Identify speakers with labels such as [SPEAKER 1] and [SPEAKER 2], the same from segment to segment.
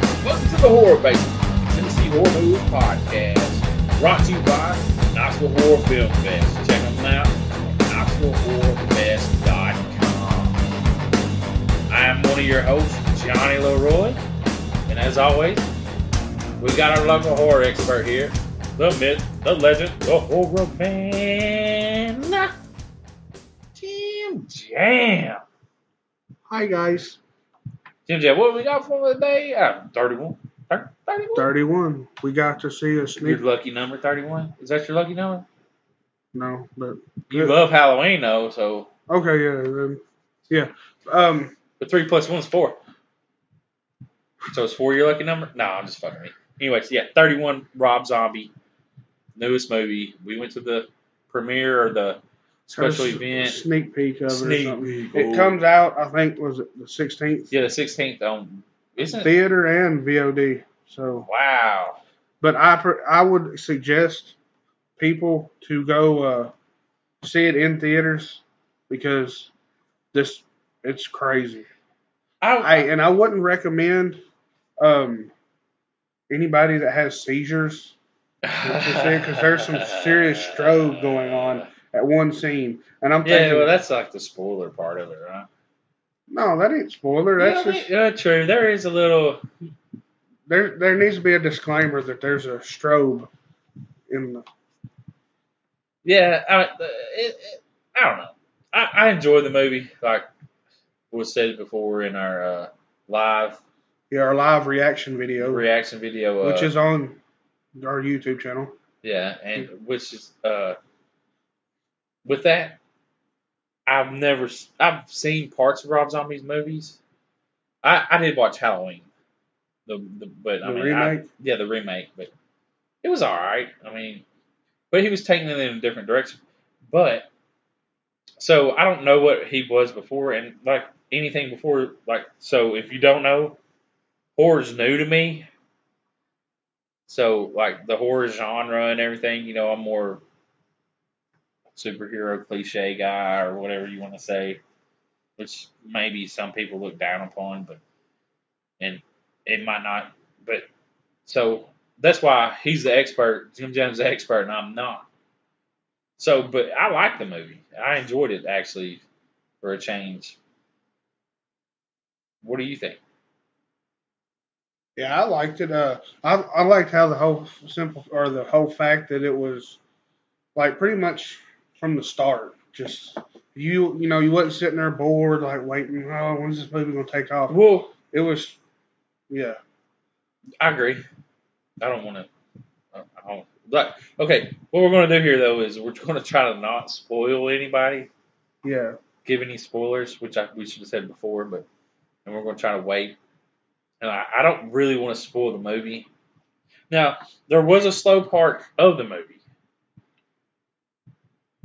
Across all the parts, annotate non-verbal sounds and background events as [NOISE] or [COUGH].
[SPEAKER 1] the Horror Basement, a Tennessee Horror News podcast, brought to you by Knoxville Horror Film Fest. Check them out at knoxvillehorrorfest.com. I am one of your hosts, Johnny Leroy, and as always, we got our local horror expert here, the myth, the legend, the horror man, Jim Jam.
[SPEAKER 2] Hi guys,
[SPEAKER 1] Jim Jam, what we got for the day? Uh, 31. Thir- 31?
[SPEAKER 2] 31. We got to see a
[SPEAKER 1] Your
[SPEAKER 2] sneak.
[SPEAKER 1] lucky number, 31? Is that your lucky number?
[SPEAKER 2] No, but
[SPEAKER 1] You love Halloween, though, so
[SPEAKER 2] okay, yeah, then, yeah. Um,
[SPEAKER 1] the 3 plus 1 is 4. So it's 4 your lucky number? No, I'm just fucking me. Anyways, yeah, 31, Rob Zombie, newest movie. We went to the premiere or the special
[SPEAKER 2] had a s-
[SPEAKER 1] event.
[SPEAKER 2] sneak peek of it. Or
[SPEAKER 1] Sneak
[SPEAKER 2] something.
[SPEAKER 1] peek.
[SPEAKER 2] It comes out, I think, was it the 16th?
[SPEAKER 1] Yeah, the 16th. Um, isn't it?
[SPEAKER 2] Theater and VOD. So,
[SPEAKER 1] Wow.
[SPEAKER 2] but I per, I would suggest people to go uh, see it in theaters because this it's crazy.
[SPEAKER 1] I,
[SPEAKER 2] I and I wouldn't recommend um anybody that has seizures because there's some serious strobe going on at one scene, and I'm
[SPEAKER 1] Yeah,
[SPEAKER 2] thinking,
[SPEAKER 1] well, that's like the spoiler part of it, right?
[SPEAKER 2] no, that ain't spoiler.
[SPEAKER 1] Yeah,
[SPEAKER 2] That's
[SPEAKER 1] I mean,
[SPEAKER 2] just
[SPEAKER 1] yeah, true. There is a little.
[SPEAKER 2] there. There needs to be a disclaimer that there's a strobe in the.
[SPEAKER 1] Yeah, I, it, it, I don't know. I, I enjoy the movie. Like was said before in our uh, live
[SPEAKER 2] Yeah, our live reaction video,
[SPEAKER 1] reaction video, uh,
[SPEAKER 2] which is on our YouTube channel.
[SPEAKER 1] yeah, and which is uh, with that. I've never s- I've seen parts of Rob Zombie's movies. I, I did watch Halloween, the, the but I
[SPEAKER 2] The
[SPEAKER 1] mean I-
[SPEAKER 2] remake?
[SPEAKER 1] yeah the remake, but it was all right. I mean, but he was taking it in a different direction. But so I don't know what he was before, and like anything before, like so if you don't know, horror's new to me. So like the horror genre and everything, you know, I'm more superhero cliche guy or whatever you want to say, which maybe some people look down upon, but and it might not. But so that's why he's the expert. Jim Jones the expert, and I'm not. So, but I like the movie. I enjoyed it actually for a change. What do you think?
[SPEAKER 2] Yeah, I liked it. Uh, I I liked how the whole simple or the whole fact that it was like pretty much from the start. Just you you know you wasn't sitting there bored like waiting. Oh, when's this movie gonna take off?
[SPEAKER 1] Well,
[SPEAKER 2] It was, yeah.
[SPEAKER 1] I agree. I don't want to. I I don't, like, okay, what we're going to do here though is we're going to try to not spoil anybody,
[SPEAKER 2] Yeah,
[SPEAKER 1] give any spoilers, which I, we should have said before, but and we're going to try to wait. And I, I don't really want to spoil the movie. Now there was a slow part of the movie,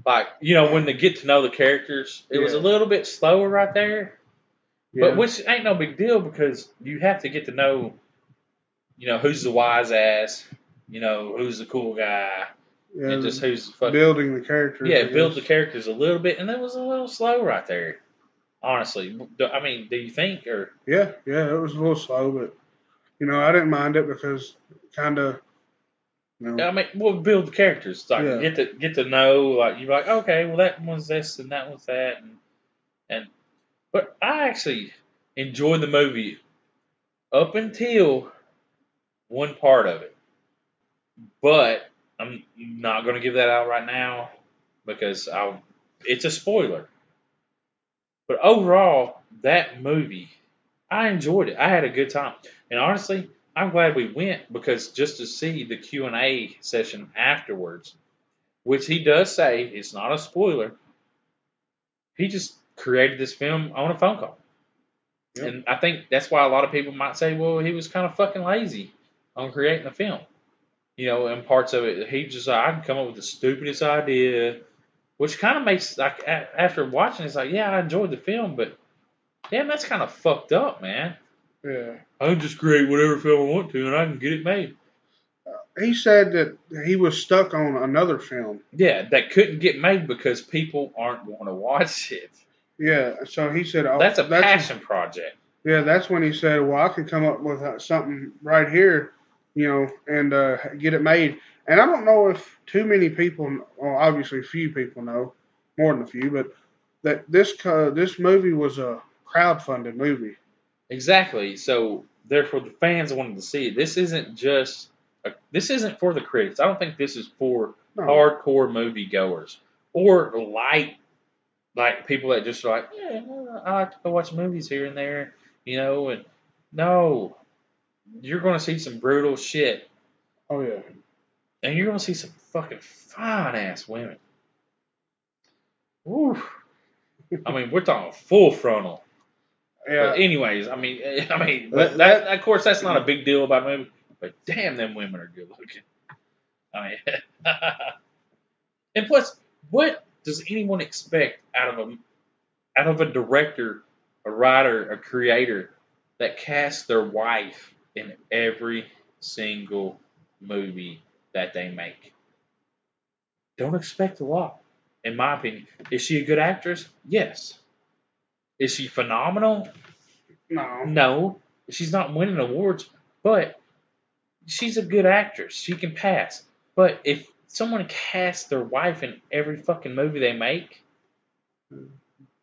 [SPEAKER 1] like you know when they get to know the characters, it was a
[SPEAKER 2] Yeah.
[SPEAKER 1] little bit slower right there.
[SPEAKER 2] yeah.
[SPEAKER 1] But which ain't no big deal because you have to get to know, you know, who's the wise ass, you know, who's the cool guy,
[SPEAKER 2] yeah,
[SPEAKER 1] and just who's the fucking
[SPEAKER 2] building the character.
[SPEAKER 1] yeah, build the characters a little bit, and it was a little slow right there. Honestly, Do- I mean, do you think or
[SPEAKER 2] Yeah, yeah. It was a little slow, but you know I didn't mind it because kind of, you know,
[SPEAKER 1] I mean, we'll build the characters like
[SPEAKER 2] Yeah.
[SPEAKER 1] get to get to know like you're like okay, well that one's this and that one's that and and but I actually enjoyed the movie up until one part of it, but I'm not going to give that out right now because I it's a spoiler. But overall, that movie, I enjoyed it. I had a good time, and honestly, I'm glad we went because just to see the Q and A session afterwards, which he does say it's not a spoiler. He just created this film on a phone call,
[SPEAKER 2] Yep.
[SPEAKER 1] and I think that's why a lot of people might say, "Well, he was kind of fucking lazy on creating the film." You know, and parts of it, he just I can come up with the stupidest idea, which kind of makes like a- after watching, it's like, yeah, I enjoyed the film, but damn, that's kind of fucked up, man.
[SPEAKER 2] yeah.
[SPEAKER 1] I can just create whatever film I want to, and I can get it made.
[SPEAKER 2] He said that he was stuck on another film.
[SPEAKER 1] Yeah, that couldn't get made because people aren't going to watch it.
[SPEAKER 2] Yeah, so he said, oh,
[SPEAKER 1] That's a
[SPEAKER 2] that's,
[SPEAKER 1] passion project.
[SPEAKER 2] Yeah, that's when he said, "Well, I could come up with uh, something right here, you know, and uh, get it made." And I don't know if too many people, kn- well, obviously few people know, more than a few, but that this co- this movie was a crowdfunded movie.
[SPEAKER 1] Exactly. So therefore, the fans wanted to see it. This isn't just a, this isn't for the critics. I don't think this is for
[SPEAKER 2] No.
[SPEAKER 1] hardcore movie goers or light like people that just are like, yeah, well, I like to go watch movies here and there, you know. And no, you're going to see some brutal shit,
[SPEAKER 2] Oh yeah.
[SPEAKER 1] and you're going to see some fucking fine ass women. Woo. I mean, we're talking full frontal.
[SPEAKER 2] Yeah.
[SPEAKER 1] But anyways, I mean, [LAUGHS] I mean,
[SPEAKER 2] That-
[SPEAKER 1] but that, of course, that's not a big deal about movie. But damn, them women are good looking. [LAUGHS] I mean, [LAUGHS] and plus, what does anyone expect out of a out of a director, a writer, a creator that casts their wife in every single movie that they make? Don't expect a lot, in my opinion. Is she a good actress? Yes. Is she phenomenal?
[SPEAKER 2] No.
[SPEAKER 1] No, she's not winning awards, but she's a good actress. She can pass. But if someone casts their wife in every fucking movie they make,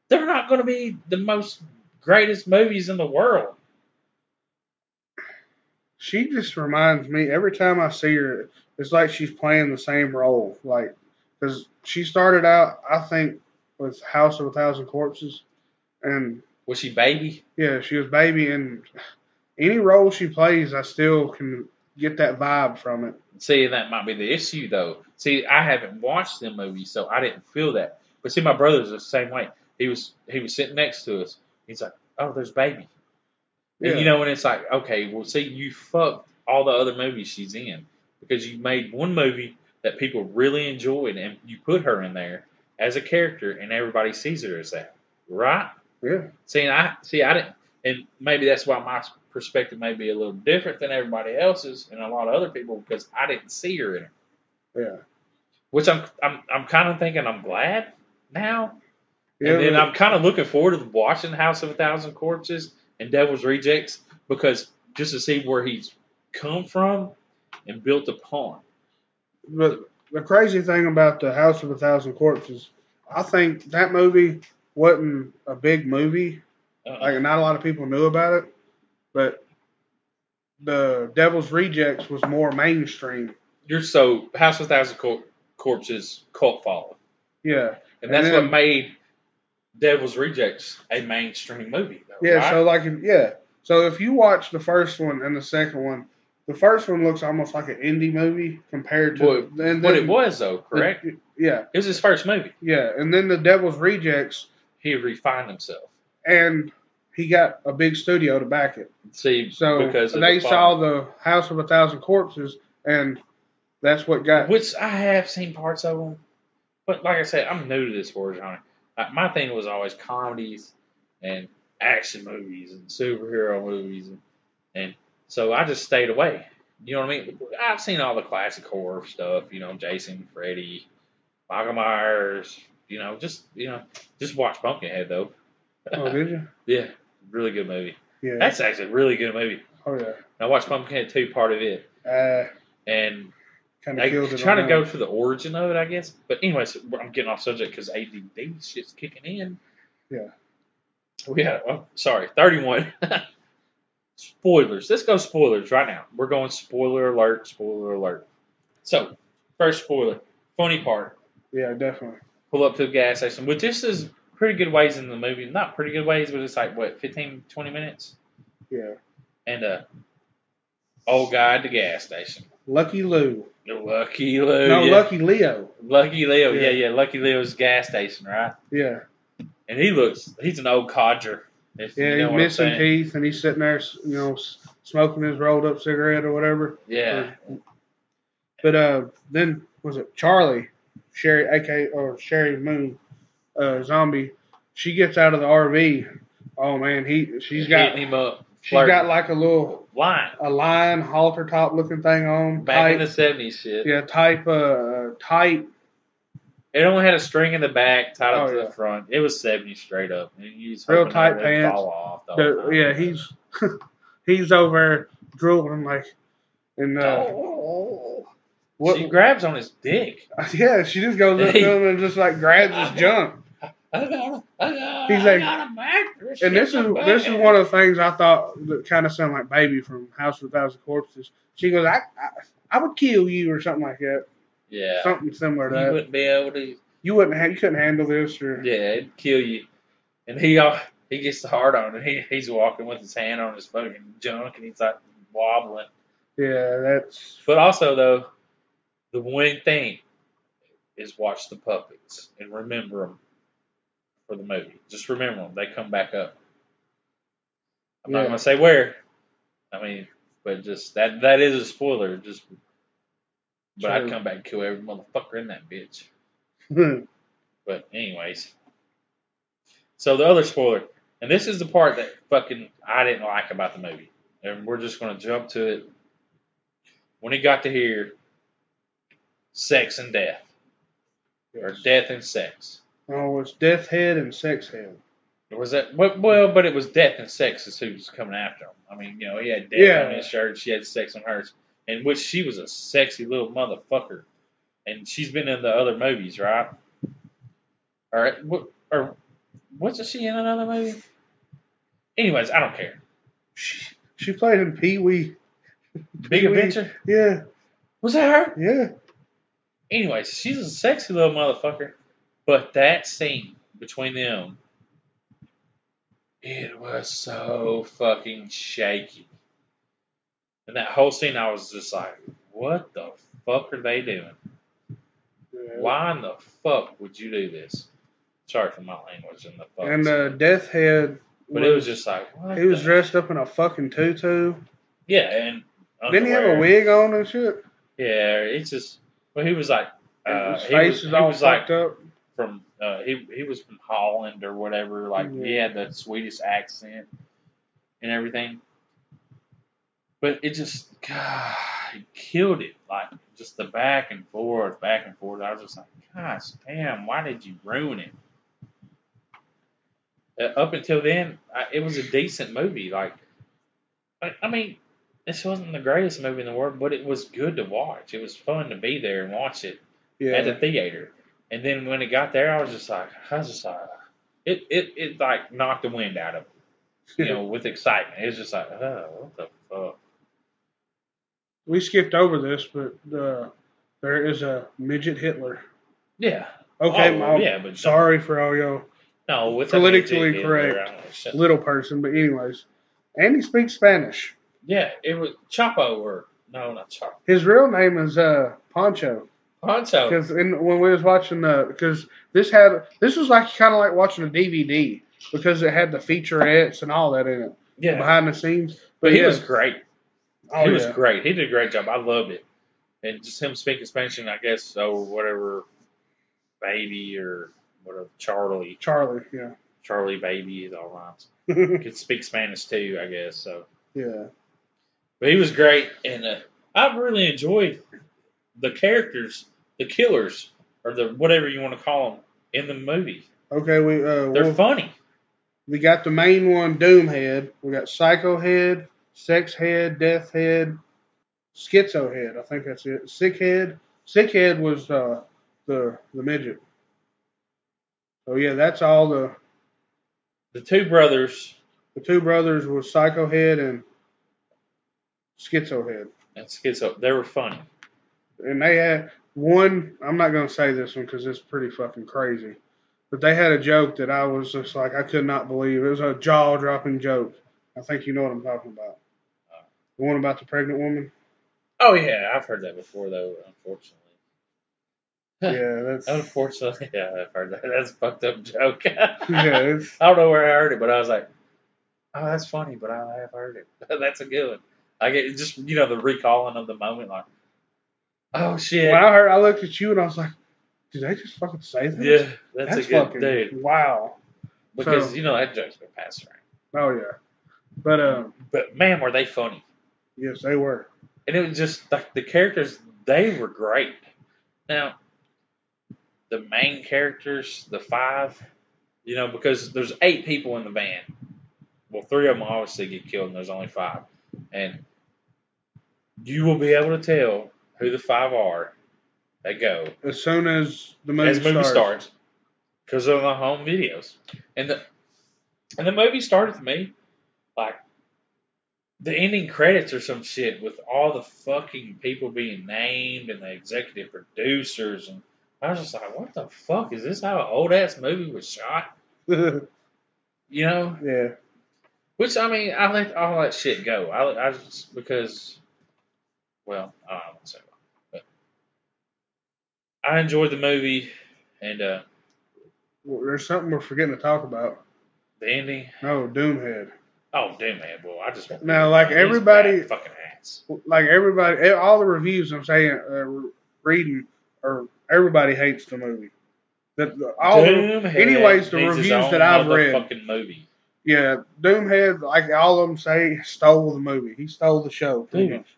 [SPEAKER 1] they're not going to be the most greatest movies in the world.
[SPEAKER 2] She just reminds me every time I see her, it's like she's playing the same role. Like, because she started out, I think, with House of a Thousand Corpses, and
[SPEAKER 1] Was she baby?
[SPEAKER 2] yeah, she was baby, and any role she plays, I still can get that vibe from it.
[SPEAKER 1] See, that might be the issue though. See, I haven't watched them movies, so I didn't feel that. But see, my brother's the same way. He was he was sitting next to us. He's like, "Oh, there's baby."
[SPEAKER 2] Yeah.
[SPEAKER 1] And you know, and it's like, okay, well, see, you fucked all the other movies she's in because you made one movie that people really enjoyed, and you put her in there as a character, and everybody sees her as that, right?
[SPEAKER 2] Yeah.
[SPEAKER 1] See, and I see, I didn't, and maybe that's why my perspective may be a little different than everybody else's and a lot of other people because I didn't see her in it,
[SPEAKER 2] Yeah.
[SPEAKER 1] which I'm, I'm, I'm kind of thinking I'm glad now
[SPEAKER 2] Yeah.
[SPEAKER 1] and then
[SPEAKER 2] but-
[SPEAKER 1] I'm kind of looking forward to watching House of a Thousand Corpses and Devil's Rejects because just to see where he's come from and built upon.
[SPEAKER 2] But the crazy thing about the House of a Thousand Corpses, I think that movie wasn't a big movie.
[SPEAKER 1] Uh,
[SPEAKER 2] Like not a lot of people knew about it, but the Devil's Rejects was more mainstream.
[SPEAKER 1] you're so House of a Thousand Cor- Corpses cult following,
[SPEAKER 2] Yeah,
[SPEAKER 1] and
[SPEAKER 2] And
[SPEAKER 1] that's
[SPEAKER 2] then-
[SPEAKER 1] what made Devil's Rejects a mainstream movie. Though,
[SPEAKER 2] yeah.
[SPEAKER 1] right?
[SPEAKER 2] So like, if, yeah. So if you watch the first one and the second one, the first one looks almost like an indie movie compared to
[SPEAKER 1] Well,
[SPEAKER 2] and then-
[SPEAKER 1] but it was though, correct?
[SPEAKER 2] Yeah,
[SPEAKER 1] it was his first movie.
[SPEAKER 2] yeah. And then the Devil's Rejects,
[SPEAKER 1] He refined himself.
[SPEAKER 2] and he got a big studio to back it.
[SPEAKER 1] See,
[SPEAKER 2] So
[SPEAKER 1] because of
[SPEAKER 2] they
[SPEAKER 1] the
[SPEAKER 2] saw
[SPEAKER 1] following.
[SPEAKER 2] the House of a Thousand Corpses, and that's what got.
[SPEAKER 1] which I have seen parts of them, but like I said, I'm new to this horror genre. Like, my thing was always comedies and action movies and superhero movies, and, and so I just stayed away. You know what I mean? I've seen all the classic horror stuff, you know, Jason, Freddy, Michael Myers, you know, just you know, just watch Pumpkinhead though.
[SPEAKER 2] Oh, did you?
[SPEAKER 1] [LAUGHS] Yeah, really good movie.
[SPEAKER 2] Yeah.
[SPEAKER 1] That's actually a really good movie.
[SPEAKER 2] oh yeah.
[SPEAKER 1] I watched Pumpkinhead two part of it,
[SPEAKER 2] Uh,
[SPEAKER 1] and
[SPEAKER 2] kind
[SPEAKER 1] I
[SPEAKER 2] of killed it.
[SPEAKER 1] try
[SPEAKER 2] on
[SPEAKER 1] to
[SPEAKER 2] that
[SPEAKER 1] go
[SPEAKER 2] one.
[SPEAKER 1] to the origin of it, I guess. But anyways, I'm getting off subject because ADD shit's kicking in.
[SPEAKER 2] Yeah.
[SPEAKER 1] We had, oh, sorry, 31. [LAUGHS] spoilers. Let's go spoilers right now. We're going spoiler alert, spoiler alert. So, first spoiler, funny part
[SPEAKER 2] Yeah, definitely.
[SPEAKER 1] pull up to the gas station, which this is pretty good ways in the movie. Not pretty good ways, but it's like, what, 15, 20 minutes?
[SPEAKER 2] Yeah.
[SPEAKER 1] And uh, old guy at the gas station.
[SPEAKER 2] Lucky Lou.
[SPEAKER 1] Lucky Lou.
[SPEAKER 2] no,
[SPEAKER 1] Oh, yeah.
[SPEAKER 2] Lucky Leo.
[SPEAKER 1] Lucky Leo, yeah.
[SPEAKER 2] Yeah.
[SPEAKER 1] yeah, Lucky Leo's gas station, right?
[SPEAKER 2] Yeah.
[SPEAKER 1] And he looks, he's an old codger. If
[SPEAKER 2] Yeah,
[SPEAKER 1] you know
[SPEAKER 2] he's
[SPEAKER 1] what I'm
[SPEAKER 2] missing
[SPEAKER 1] saying.
[SPEAKER 2] teeth, and he's sitting there, s- you know, s- smoking his rolled up cigarette or whatever.
[SPEAKER 1] Yeah,
[SPEAKER 2] But uh, then was it Charlie, Sherry, aka or Sherry Moon, uh, zombie? She gets out of the RV. Oh man, he she's got
[SPEAKER 1] hitting him up.
[SPEAKER 2] she's got
[SPEAKER 1] flirting.
[SPEAKER 2] like a little
[SPEAKER 1] Lying.
[SPEAKER 2] a lion halter top looking thing on.
[SPEAKER 1] Back in
[SPEAKER 2] tight,
[SPEAKER 1] the 70s shit.
[SPEAKER 2] yeah, type uh, tight
[SPEAKER 1] It only had a string in the back tied up
[SPEAKER 2] Oh,
[SPEAKER 1] to
[SPEAKER 2] yeah.
[SPEAKER 1] the front. It was seventy straight up. And you was
[SPEAKER 2] Real
[SPEAKER 1] hoping
[SPEAKER 2] tight
[SPEAKER 1] it wouldn't
[SPEAKER 2] pants.
[SPEAKER 1] Fall off the whole
[SPEAKER 2] So,
[SPEAKER 1] time.
[SPEAKER 2] yeah, he's [LAUGHS] he's over drooling like, and uh,
[SPEAKER 1] Oh.
[SPEAKER 2] what?
[SPEAKER 1] She grabs on his dick.
[SPEAKER 2] [LAUGHS] yeah, she just goes up to him and just like grabs his junk.
[SPEAKER 1] I got a, I got,
[SPEAKER 2] He's
[SPEAKER 1] I
[SPEAKER 2] like-
[SPEAKER 1] got a mattress
[SPEAKER 2] And
[SPEAKER 1] in
[SPEAKER 2] this is
[SPEAKER 1] the
[SPEAKER 2] this is
[SPEAKER 1] bed.
[SPEAKER 2] one of the things I thought that kind of sounded like Baby from House of a Thousand Corpses. She goes, I, I I would kill you or something like that,
[SPEAKER 1] yeah.
[SPEAKER 2] something similar to
[SPEAKER 1] you
[SPEAKER 2] that.
[SPEAKER 1] wouldn't be able to.
[SPEAKER 2] you wouldn't ha- you couldn't handle this or
[SPEAKER 1] Yeah, it'd kill you. And he uh, he gets the hard on, and he he's walking with his hand on his fucking junk, and he's like wobbling.
[SPEAKER 2] yeah that's [LAUGHS]
[SPEAKER 1] But also though, the one thing is watch the puppets and remember them for the movie. Just remember them; they come back up. I'm not
[SPEAKER 2] Yeah.
[SPEAKER 1] gonna say where. I mean, but just that that is a spoiler. Just, but I'd
[SPEAKER 2] True.
[SPEAKER 1] come back and kill every motherfucker in that bitch.
[SPEAKER 2] yeah
[SPEAKER 1] But anyways, so the other spoiler, and this is the part that fucking I didn't like about the movie, and we're just gonna jump to it. When it got to here, sex and death, or death and sex.
[SPEAKER 2] oh it's Death Head and Sex Head
[SPEAKER 1] Or Was that well? well, But it was death and sex is who was coming after him. I mean, you know, he had death on
[SPEAKER 2] Yeah.
[SPEAKER 1] his shirt. She had sex on hers, and which she was a sexy little motherfucker, and she's been in the other movies, right? All right, what or wasn't she in another movie? Anyways, I don't care.
[SPEAKER 2] she, she played in Pee Wee
[SPEAKER 1] Bigger
[SPEAKER 2] Pee-wee.
[SPEAKER 1] picture
[SPEAKER 2] yeah
[SPEAKER 1] was that her?
[SPEAKER 2] yeah
[SPEAKER 1] Anyways, she's a sexy little motherfucker, but that scene between them, it was so fucking shaky. And that whole scene, I was just like, what the fuck are they doing? Why in the fuck would you do this? Sorry for my language and the fuck.
[SPEAKER 2] and uh, Death Head
[SPEAKER 1] but it was just like, what
[SPEAKER 2] he was
[SPEAKER 1] the-
[SPEAKER 2] dressed up in a fucking tutu
[SPEAKER 1] Yeah, and.
[SPEAKER 2] didn't he have a
[SPEAKER 1] underwear.
[SPEAKER 2] wig on and shit
[SPEAKER 1] Yeah, it's just. Well, he was like. Uh,
[SPEAKER 2] and his
[SPEAKER 1] he
[SPEAKER 2] face
[SPEAKER 1] was,
[SPEAKER 2] is
[SPEAKER 1] he
[SPEAKER 2] all
[SPEAKER 1] was like
[SPEAKER 2] fucked up
[SPEAKER 1] from uh, he he was from Holland or whatever. Like he
[SPEAKER 2] Yeah.
[SPEAKER 1] had the Swedish accent and everything. But it just God, it killed it. Like just the back and forth, back and forth. I was just like, gosh damn, why did you ruin it? Uh, up until then, I, it was a decent movie. Like, I, I mean, this wasn't the greatest movie in the world, but it was good to watch. It was fun to be there and watch it at the
[SPEAKER 2] yeah
[SPEAKER 1] theater. And then when it got there, I was just like, I was just like, it, it, it like knocked the wind out of me, you know, with excitement. It was just like, oh, what the fuck?
[SPEAKER 2] [LAUGHS] we skipped over this but uh, there is a midget Hitler
[SPEAKER 1] Yeah.
[SPEAKER 2] okay
[SPEAKER 1] Oh,
[SPEAKER 2] Mom,
[SPEAKER 1] yeah, but
[SPEAKER 2] sorry for all y'all
[SPEAKER 1] No, with
[SPEAKER 2] Politically
[SPEAKER 1] the
[SPEAKER 2] correct.
[SPEAKER 1] correct.
[SPEAKER 2] little person but anyways and he speaks Spanish
[SPEAKER 1] Yeah, it was Chapo or no, not Chapo.
[SPEAKER 2] his real name is uh Poncho
[SPEAKER 1] Poncho.
[SPEAKER 2] Because in when we was watching the, because this had this was like kind of like watching a DVD because it had the featurettes and all that in it
[SPEAKER 1] Yeah,
[SPEAKER 2] behind the scenes.
[SPEAKER 1] but he
[SPEAKER 2] yeah.
[SPEAKER 1] was great.
[SPEAKER 2] Oh,
[SPEAKER 1] he was
[SPEAKER 2] yeah.
[SPEAKER 1] great. He did a great job. I loved it. And just him speaking Spanish, and I guess or whatever, baby or whatever Charlie,
[SPEAKER 2] Charlie. Yeah, [LAUGHS]
[SPEAKER 1] Charlie baby is all rhymes. could speak Spanish too, I guess. So,
[SPEAKER 2] yeah,
[SPEAKER 1] but he was great, and uh, I really enjoyed the characters, the killers, or the whatever you want to call them in the movie.
[SPEAKER 2] okay. We uh,
[SPEAKER 1] They're
[SPEAKER 2] we'll-
[SPEAKER 1] funny.
[SPEAKER 2] we got the main one, Doomhead. We got Psycho Head, Sex Head, Death Head, Schizo Head. I think that's it. Sick Head. Sick Head was uh, the the midget. So yeah, that's all the
[SPEAKER 1] The two brothers
[SPEAKER 2] The two brothers were Psycho Head and Schizo Head.
[SPEAKER 1] and Schizo, they were funny.
[SPEAKER 2] And they had one, I'm not going to say this one because it's pretty fucking crazy. But they had a joke that I was just like, I could not believe. It was a jaw dropping joke. I think you know what I'm talking about. The one about the
[SPEAKER 1] [LAUGHS]
[SPEAKER 2] pregnant woman?
[SPEAKER 1] Oh yeah, I've heard that before though. Unfortunately,
[SPEAKER 2] Yeah, that's.
[SPEAKER 1] unfortunately, [LAUGHS] yeah, I've heard that. That's a fucked up joke. [LAUGHS]
[SPEAKER 2] [LAUGHS] yeah, it's,
[SPEAKER 1] I don't know where I heard it, but I was like, oh, that's funny, but I have heard it. [LAUGHS] that's a good one. I get just you know the recalling of the moment, like, oh shit.
[SPEAKER 2] when I heard, I looked at you and I was like, did they just fucking say that?
[SPEAKER 1] Yeah, that's, a good
[SPEAKER 2] fucking,
[SPEAKER 1] dude.
[SPEAKER 2] Wow.
[SPEAKER 1] Because
[SPEAKER 2] So-
[SPEAKER 1] you know that joke's been passed around.
[SPEAKER 2] Oh, yeah. But, um,
[SPEAKER 1] But man, were they funny.
[SPEAKER 2] yes, they were.
[SPEAKER 1] And it was just like the characters they were great. Now the main characters, the five, you know, because there's eight people in the van. Well, three of them obviously get killed, and there's only five. And you will be able to tell who the five are that go
[SPEAKER 2] As soon as the movie,
[SPEAKER 1] as the movie
[SPEAKER 2] starts,
[SPEAKER 1] starts because of the home videos and the and the movie started to me like the ending credits or some shit with all the fucking people being named and the executive producers and I was just like, what the fuck is this? How an old ass movie was shot? You know,
[SPEAKER 2] [LAUGHS] yeah,
[SPEAKER 1] which I mean, I let all that shit go. I, I just because, well, I don't want to say why, but I enjoyed the movie and uh,
[SPEAKER 2] well, there's something we're forgetting to talk about.
[SPEAKER 1] the ending.
[SPEAKER 2] No, Doomhead.
[SPEAKER 1] Oh, damn man, boy! I just want
[SPEAKER 2] Now, like
[SPEAKER 1] These
[SPEAKER 2] everybody-
[SPEAKER 1] bad fucking ass.
[SPEAKER 2] Like everybody, eh, all the reviews I'm saying, uh, reading, or everybody hates the movie. That all the,
[SPEAKER 1] Doomhead
[SPEAKER 2] anyways, the
[SPEAKER 1] needs his
[SPEAKER 2] reviews
[SPEAKER 1] own
[SPEAKER 2] that I've read-
[SPEAKER 1] motherfucking movie.
[SPEAKER 2] Yeah, Doomhead, like all of them say, stole the movie. He stole the show. pretty
[SPEAKER 1] Dude.
[SPEAKER 2] much.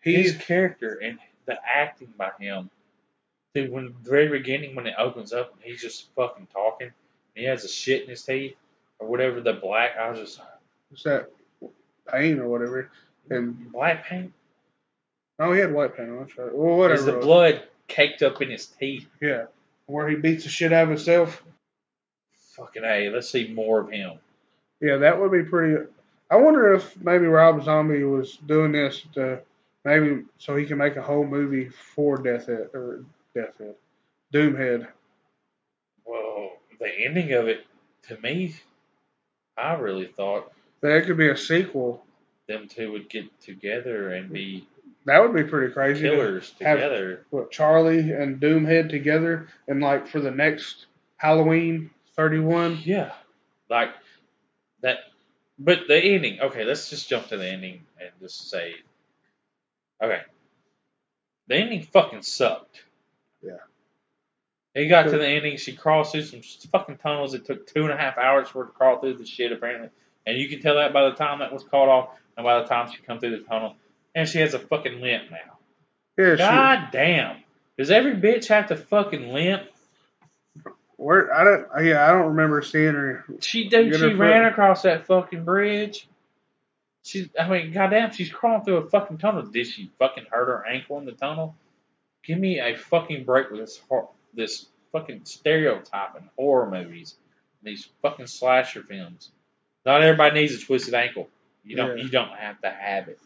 [SPEAKER 1] His
[SPEAKER 2] He's
[SPEAKER 1] character and the acting by him. Dude, when the very beginning when it opens up and he's just fucking talking, and he has a shit in his teeth or whatever the black. I was just
[SPEAKER 2] what's that pain or whatever, and
[SPEAKER 1] black paint.
[SPEAKER 2] oh, he had white pain. That's right. Well,
[SPEAKER 1] What
[SPEAKER 2] whatever.
[SPEAKER 1] is the
[SPEAKER 2] it was.
[SPEAKER 1] blood caked up in his teeth?
[SPEAKER 2] Yeah, where he beats the shit out of himself.
[SPEAKER 1] Fucking hey, let's see more of him.
[SPEAKER 2] Yeah, that would be pretty. I wonder if maybe Rob Zombie was doing this to maybe so he can make a whole movie for Death Head or Death Head, Doomhead.
[SPEAKER 1] Well, the ending of it to me, I really thought
[SPEAKER 2] That could be a sequel.
[SPEAKER 1] them two would get together and be.
[SPEAKER 2] That would be pretty crazy. to
[SPEAKER 1] killers
[SPEAKER 2] have-
[SPEAKER 1] together.
[SPEAKER 2] what Charlie and Doomhead together, and like for the next Halloween thirty one.
[SPEAKER 1] Yeah, like that. But the ending. Okay, let's just jump to the ending and just say, okay, the ending fucking sucked.
[SPEAKER 2] Yeah.
[SPEAKER 1] He got to the ending. She crawls through some fucking tunnels. It took two and a half hours for her to crawl through the shit, apparently. And you can tell that by the time that was called off and by the time she come through the tunnel. And she has a fucking limp now.
[SPEAKER 2] Yeah, she,
[SPEAKER 1] God damn. Does every bitch have to fucking limp?
[SPEAKER 2] where I don't yeah I don't remember seeing her.
[SPEAKER 1] She dude,
[SPEAKER 2] Get
[SPEAKER 1] she
[SPEAKER 2] her
[SPEAKER 1] ran
[SPEAKER 2] foot.
[SPEAKER 1] across that fucking bridge. She, I mean, goddamn, she's crawling through a fucking tunnel. Did she fucking hurt her ankle in the tunnel? Give me a fucking break with this hor- this fucking stereotype in horror movies, and these fucking slasher films. Not everybody needs a twisted ankle. You don't.
[SPEAKER 2] Yeah.
[SPEAKER 1] You don't have to have it.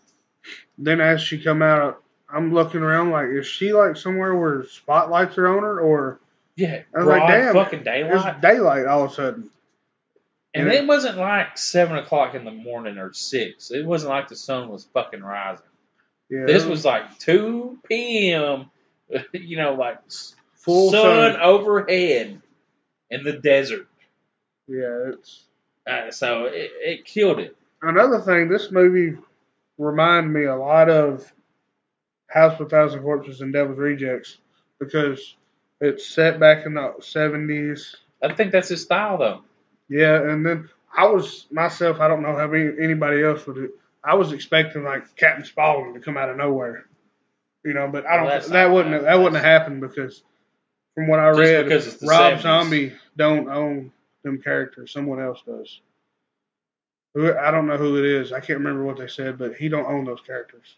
[SPEAKER 2] Then as she come out, I'm looking around like is she like somewhere where spotlights are on her or
[SPEAKER 1] Yeah,
[SPEAKER 2] I was
[SPEAKER 1] broad
[SPEAKER 2] like, damn,
[SPEAKER 1] fucking
[SPEAKER 2] it's
[SPEAKER 1] daylight,
[SPEAKER 2] daylight all of a sudden?
[SPEAKER 1] and
[SPEAKER 2] yeah.
[SPEAKER 1] it wasn't like seven o'clock in the morning or six. It wasn't like the sun was fucking rising.
[SPEAKER 2] Yeah,
[SPEAKER 1] This
[SPEAKER 2] it
[SPEAKER 1] was like 2 p.m. [LAUGHS] You know, like
[SPEAKER 2] full
[SPEAKER 1] sun,
[SPEAKER 2] sun.
[SPEAKER 1] overhead in the desert.
[SPEAKER 2] Yeah, it's
[SPEAKER 1] Uh, so it, it killed it.
[SPEAKER 2] another thing. This movie reminded me a lot of House with Thousand Corpses and Devil's Rejects because it's set back in the seventies.
[SPEAKER 1] I think that's his style, though.
[SPEAKER 2] Yeah, and then I was myself. I don't know how any, anybody else would. Do, I was expecting like Captain Spaulding to come out of nowhere, you know. But I don't.
[SPEAKER 1] Well, that's
[SPEAKER 2] that
[SPEAKER 1] not-
[SPEAKER 2] wouldn't. That, wouldn't have happened because, from what I
[SPEAKER 1] Just
[SPEAKER 2] read,
[SPEAKER 1] because it's the
[SPEAKER 2] Rob
[SPEAKER 1] 70s.
[SPEAKER 2] Zombie don't own them characters. Someone else does. Who I don't know who it is. I can't remember what they said, but he don't own those characters.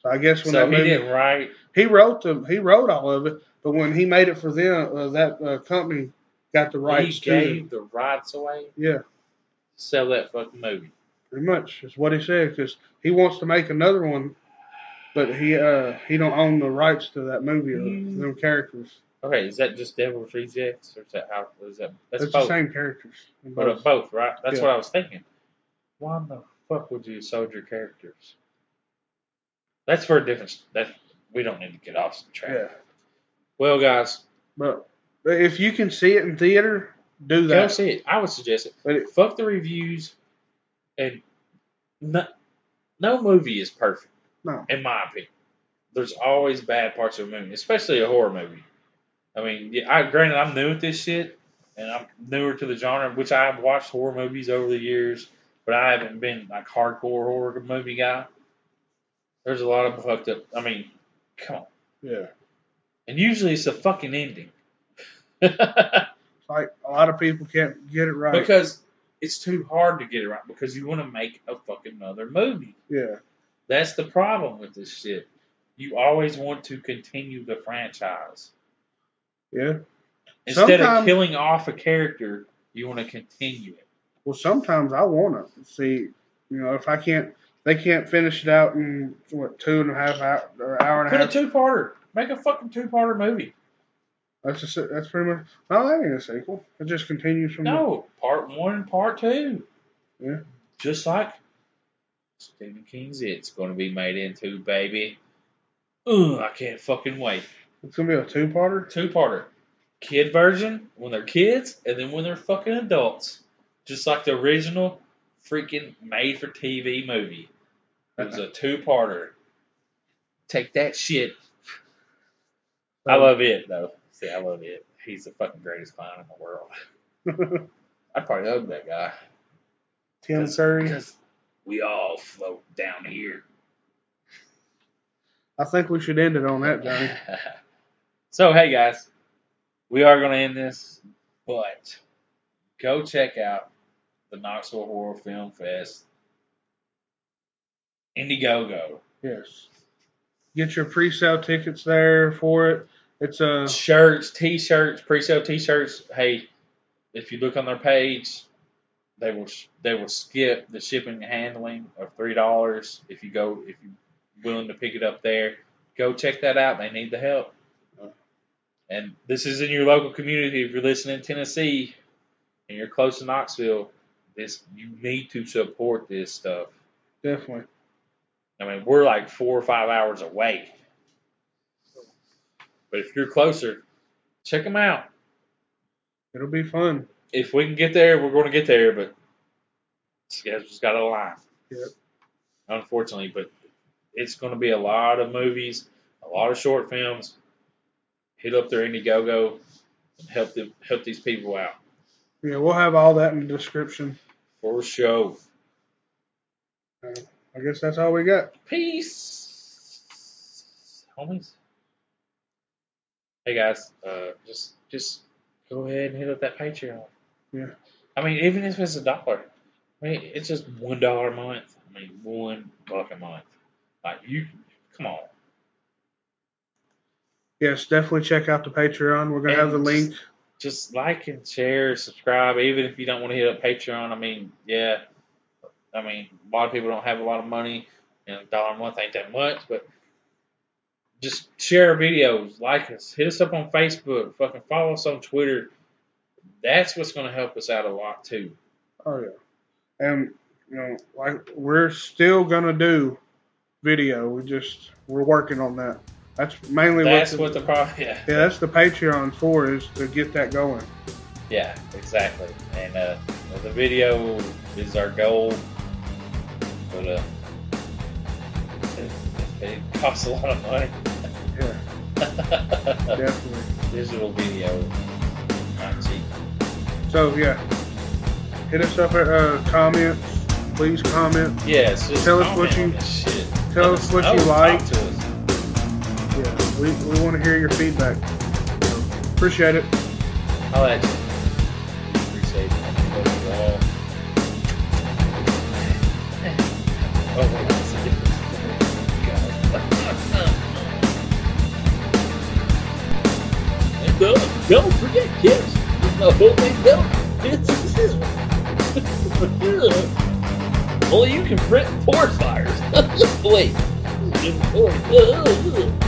[SPEAKER 2] So I guess when
[SPEAKER 1] so
[SPEAKER 2] that
[SPEAKER 1] he
[SPEAKER 2] movie,
[SPEAKER 1] didn't write.
[SPEAKER 2] he wrote them. He wrote all of it, but when he made it for them, uh, that uh, company got the rights
[SPEAKER 1] he
[SPEAKER 2] to. it.
[SPEAKER 1] gave the rights away.
[SPEAKER 2] Yeah,
[SPEAKER 1] Sell that fucking movie.
[SPEAKER 2] pretty much is what he said because he wants to make another one, but he uh he don't own the rights to that movie or
[SPEAKER 1] Hmm.
[SPEAKER 2] them characters.
[SPEAKER 1] Okay, is that just Devil's Rejects, or is that how? Is that that's
[SPEAKER 2] it's
[SPEAKER 1] both?
[SPEAKER 2] the same characters. in
[SPEAKER 1] But
[SPEAKER 2] both.
[SPEAKER 1] of both, right? That's
[SPEAKER 2] Yeah.
[SPEAKER 1] what I was thinking. Why in the fuck would you sold your characters? That's for a different. That we don't need to get off the track.
[SPEAKER 2] yeah,
[SPEAKER 1] Well, guys,
[SPEAKER 2] but but if you can see it in theater, do
[SPEAKER 1] go
[SPEAKER 2] that.
[SPEAKER 1] see it. I would suggest it.
[SPEAKER 2] But it-
[SPEAKER 1] Fuck the reviews, and no, no movie is perfect,
[SPEAKER 2] No,
[SPEAKER 1] in my opinion. There's always bad parts of a movie, especially a horror movie. I mean, yeah, I granted I'm new at this shit, and I'm newer to the genre, which I've watched horror movies over the years, but I haven't been like hardcore horror movie guy. There's a lot of fucked up. I mean, come on.
[SPEAKER 2] yeah,
[SPEAKER 1] And usually it's a fucking ending. [LAUGHS]
[SPEAKER 2] Like a lot of people can't get it right.
[SPEAKER 1] Because it's too hard to get it right because you want to make a fucking another movie.
[SPEAKER 2] yeah,
[SPEAKER 1] That's the problem with this shit. You always want to continue the franchise.
[SPEAKER 2] yeah.
[SPEAKER 1] Instead of
[SPEAKER 2] Sometime-
[SPEAKER 1] killing off a character, you want to continue it.
[SPEAKER 2] Well, sometimes I want to see, you know, if I can't, they can't finish it out in what two and a half hour or hour and a
[SPEAKER 1] Put a
[SPEAKER 2] half.
[SPEAKER 1] two parter. Make a fucking two parter movie.
[SPEAKER 2] That's just it. that's pretty much. No, that ain't a sequel. It just continues from.
[SPEAKER 1] No, part one and part two.
[SPEAKER 2] Mm-hmm. Yeah.
[SPEAKER 1] Just like Stephen King's It's going to be made into, baby. Ugh, I can't fucking wait.
[SPEAKER 2] The, it's gonna be a two-parter.
[SPEAKER 1] Two parter. Kid version when they're kids, and then when they're fucking adults. Just like the original freaking made for TV movie. It was a two parter. Take that shit. I
[SPEAKER 2] Um,
[SPEAKER 1] love it, though. See, I love it. He's the fucking greatest clown in the world. [LAUGHS] I'd probably hug that guy.
[SPEAKER 2] Tim Curry.
[SPEAKER 1] Because we all float down here.
[SPEAKER 2] I think we should end it on that, Johnny.
[SPEAKER 1] [LAUGHS] so, hey guys, we are going to end this, but go check out the Knoxville Horror Film Fest Indiegogo
[SPEAKER 2] Yes. Get your pre-sale tickets there for it. It's uh, a
[SPEAKER 1] shirts, t-shirts, pre-sale t-shirts. Hey, if you look on their page, they will they will skip the shipping and handling of three dollars if you go if you're willing to pick it up there. Go check that out. They need the help. And this is in your local community. If you're listening in Tennessee and you're close to Knoxville, this you need to support this stuff.
[SPEAKER 2] definitely.
[SPEAKER 1] I mean, we're like four or five hours away. But if you're closer, check them out.
[SPEAKER 2] It'll be fun.
[SPEAKER 1] If we can get there, we're going to get there. But schedule's got a line.
[SPEAKER 2] Yep.
[SPEAKER 1] Unfortunately, but it's going to be a lot of movies, a lot of short films. Hit up their Indiegogo and help them help these people out
[SPEAKER 2] Yeah, we'll have all that in the description.
[SPEAKER 1] for show.
[SPEAKER 2] I guess that's all we got.
[SPEAKER 1] Peace, homies. Hey guys, uh, just just go ahead and hit up that Patreon.
[SPEAKER 2] Yeah.
[SPEAKER 1] I mean, even if it's a dollar, I mean, it's just one dollar a month. I mean, one buck a month. Like you, come on.
[SPEAKER 2] Yes, definitely check out the Patreon. We're gonna have the
[SPEAKER 1] And-
[SPEAKER 2] link.
[SPEAKER 1] just like and share, subscribe, even if you don't want to hit up Patreon. I mean, yeah, I mean, a lot of people don't have a lot of money, and a dollar a month ain't that much, but just share our videos, like us, hit us up on Facebook, fucking follow us on Twitter. That's what's going to help us out a lot too.
[SPEAKER 2] Oh yeah, and you know, like we're still gonna do video. We just we're working on that. That's mainly
[SPEAKER 1] That's
[SPEAKER 2] what.
[SPEAKER 1] what the problem. [LAUGHS] Yeah,
[SPEAKER 2] The, yeah, that's the Patreon for is to get that going.
[SPEAKER 1] yeah, exactly. And uh, the video is our goal, but uh, [LAUGHS] it, it costs a lot of money.
[SPEAKER 2] Yeah,
[SPEAKER 1] [LAUGHS]
[SPEAKER 2] definitely.
[SPEAKER 1] Digital video, not cheap.
[SPEAKER 2] So yeah, hit us up at uh, comments. Please comment.
[SPEAKER 1] Yeah, it's just
[SPEAKER 2] Tell us what
[SPEAKER 1] comment
[SPEAKER 2] you-
[SPEAKER 1] on this shit.
[SPEAKER 2] tell
[SPEAKER 1] Let
[SPEAKER 2] us what you
[SPEAKER 1] know.
[SPEAKER 2] like.
[SPEAKER 1] Talk to us.
[SPEAKER 2] Yeah, we, we want to hear your feedback. Appreciate it.
[SPEAKER 1] I'll at you. Appreciate it. Love you all. Oh, wait, that's a different- God. And don't, don't forget kids. No, they don't. This is [LAUGHS] Only you can print four fires. Wait. Good lord.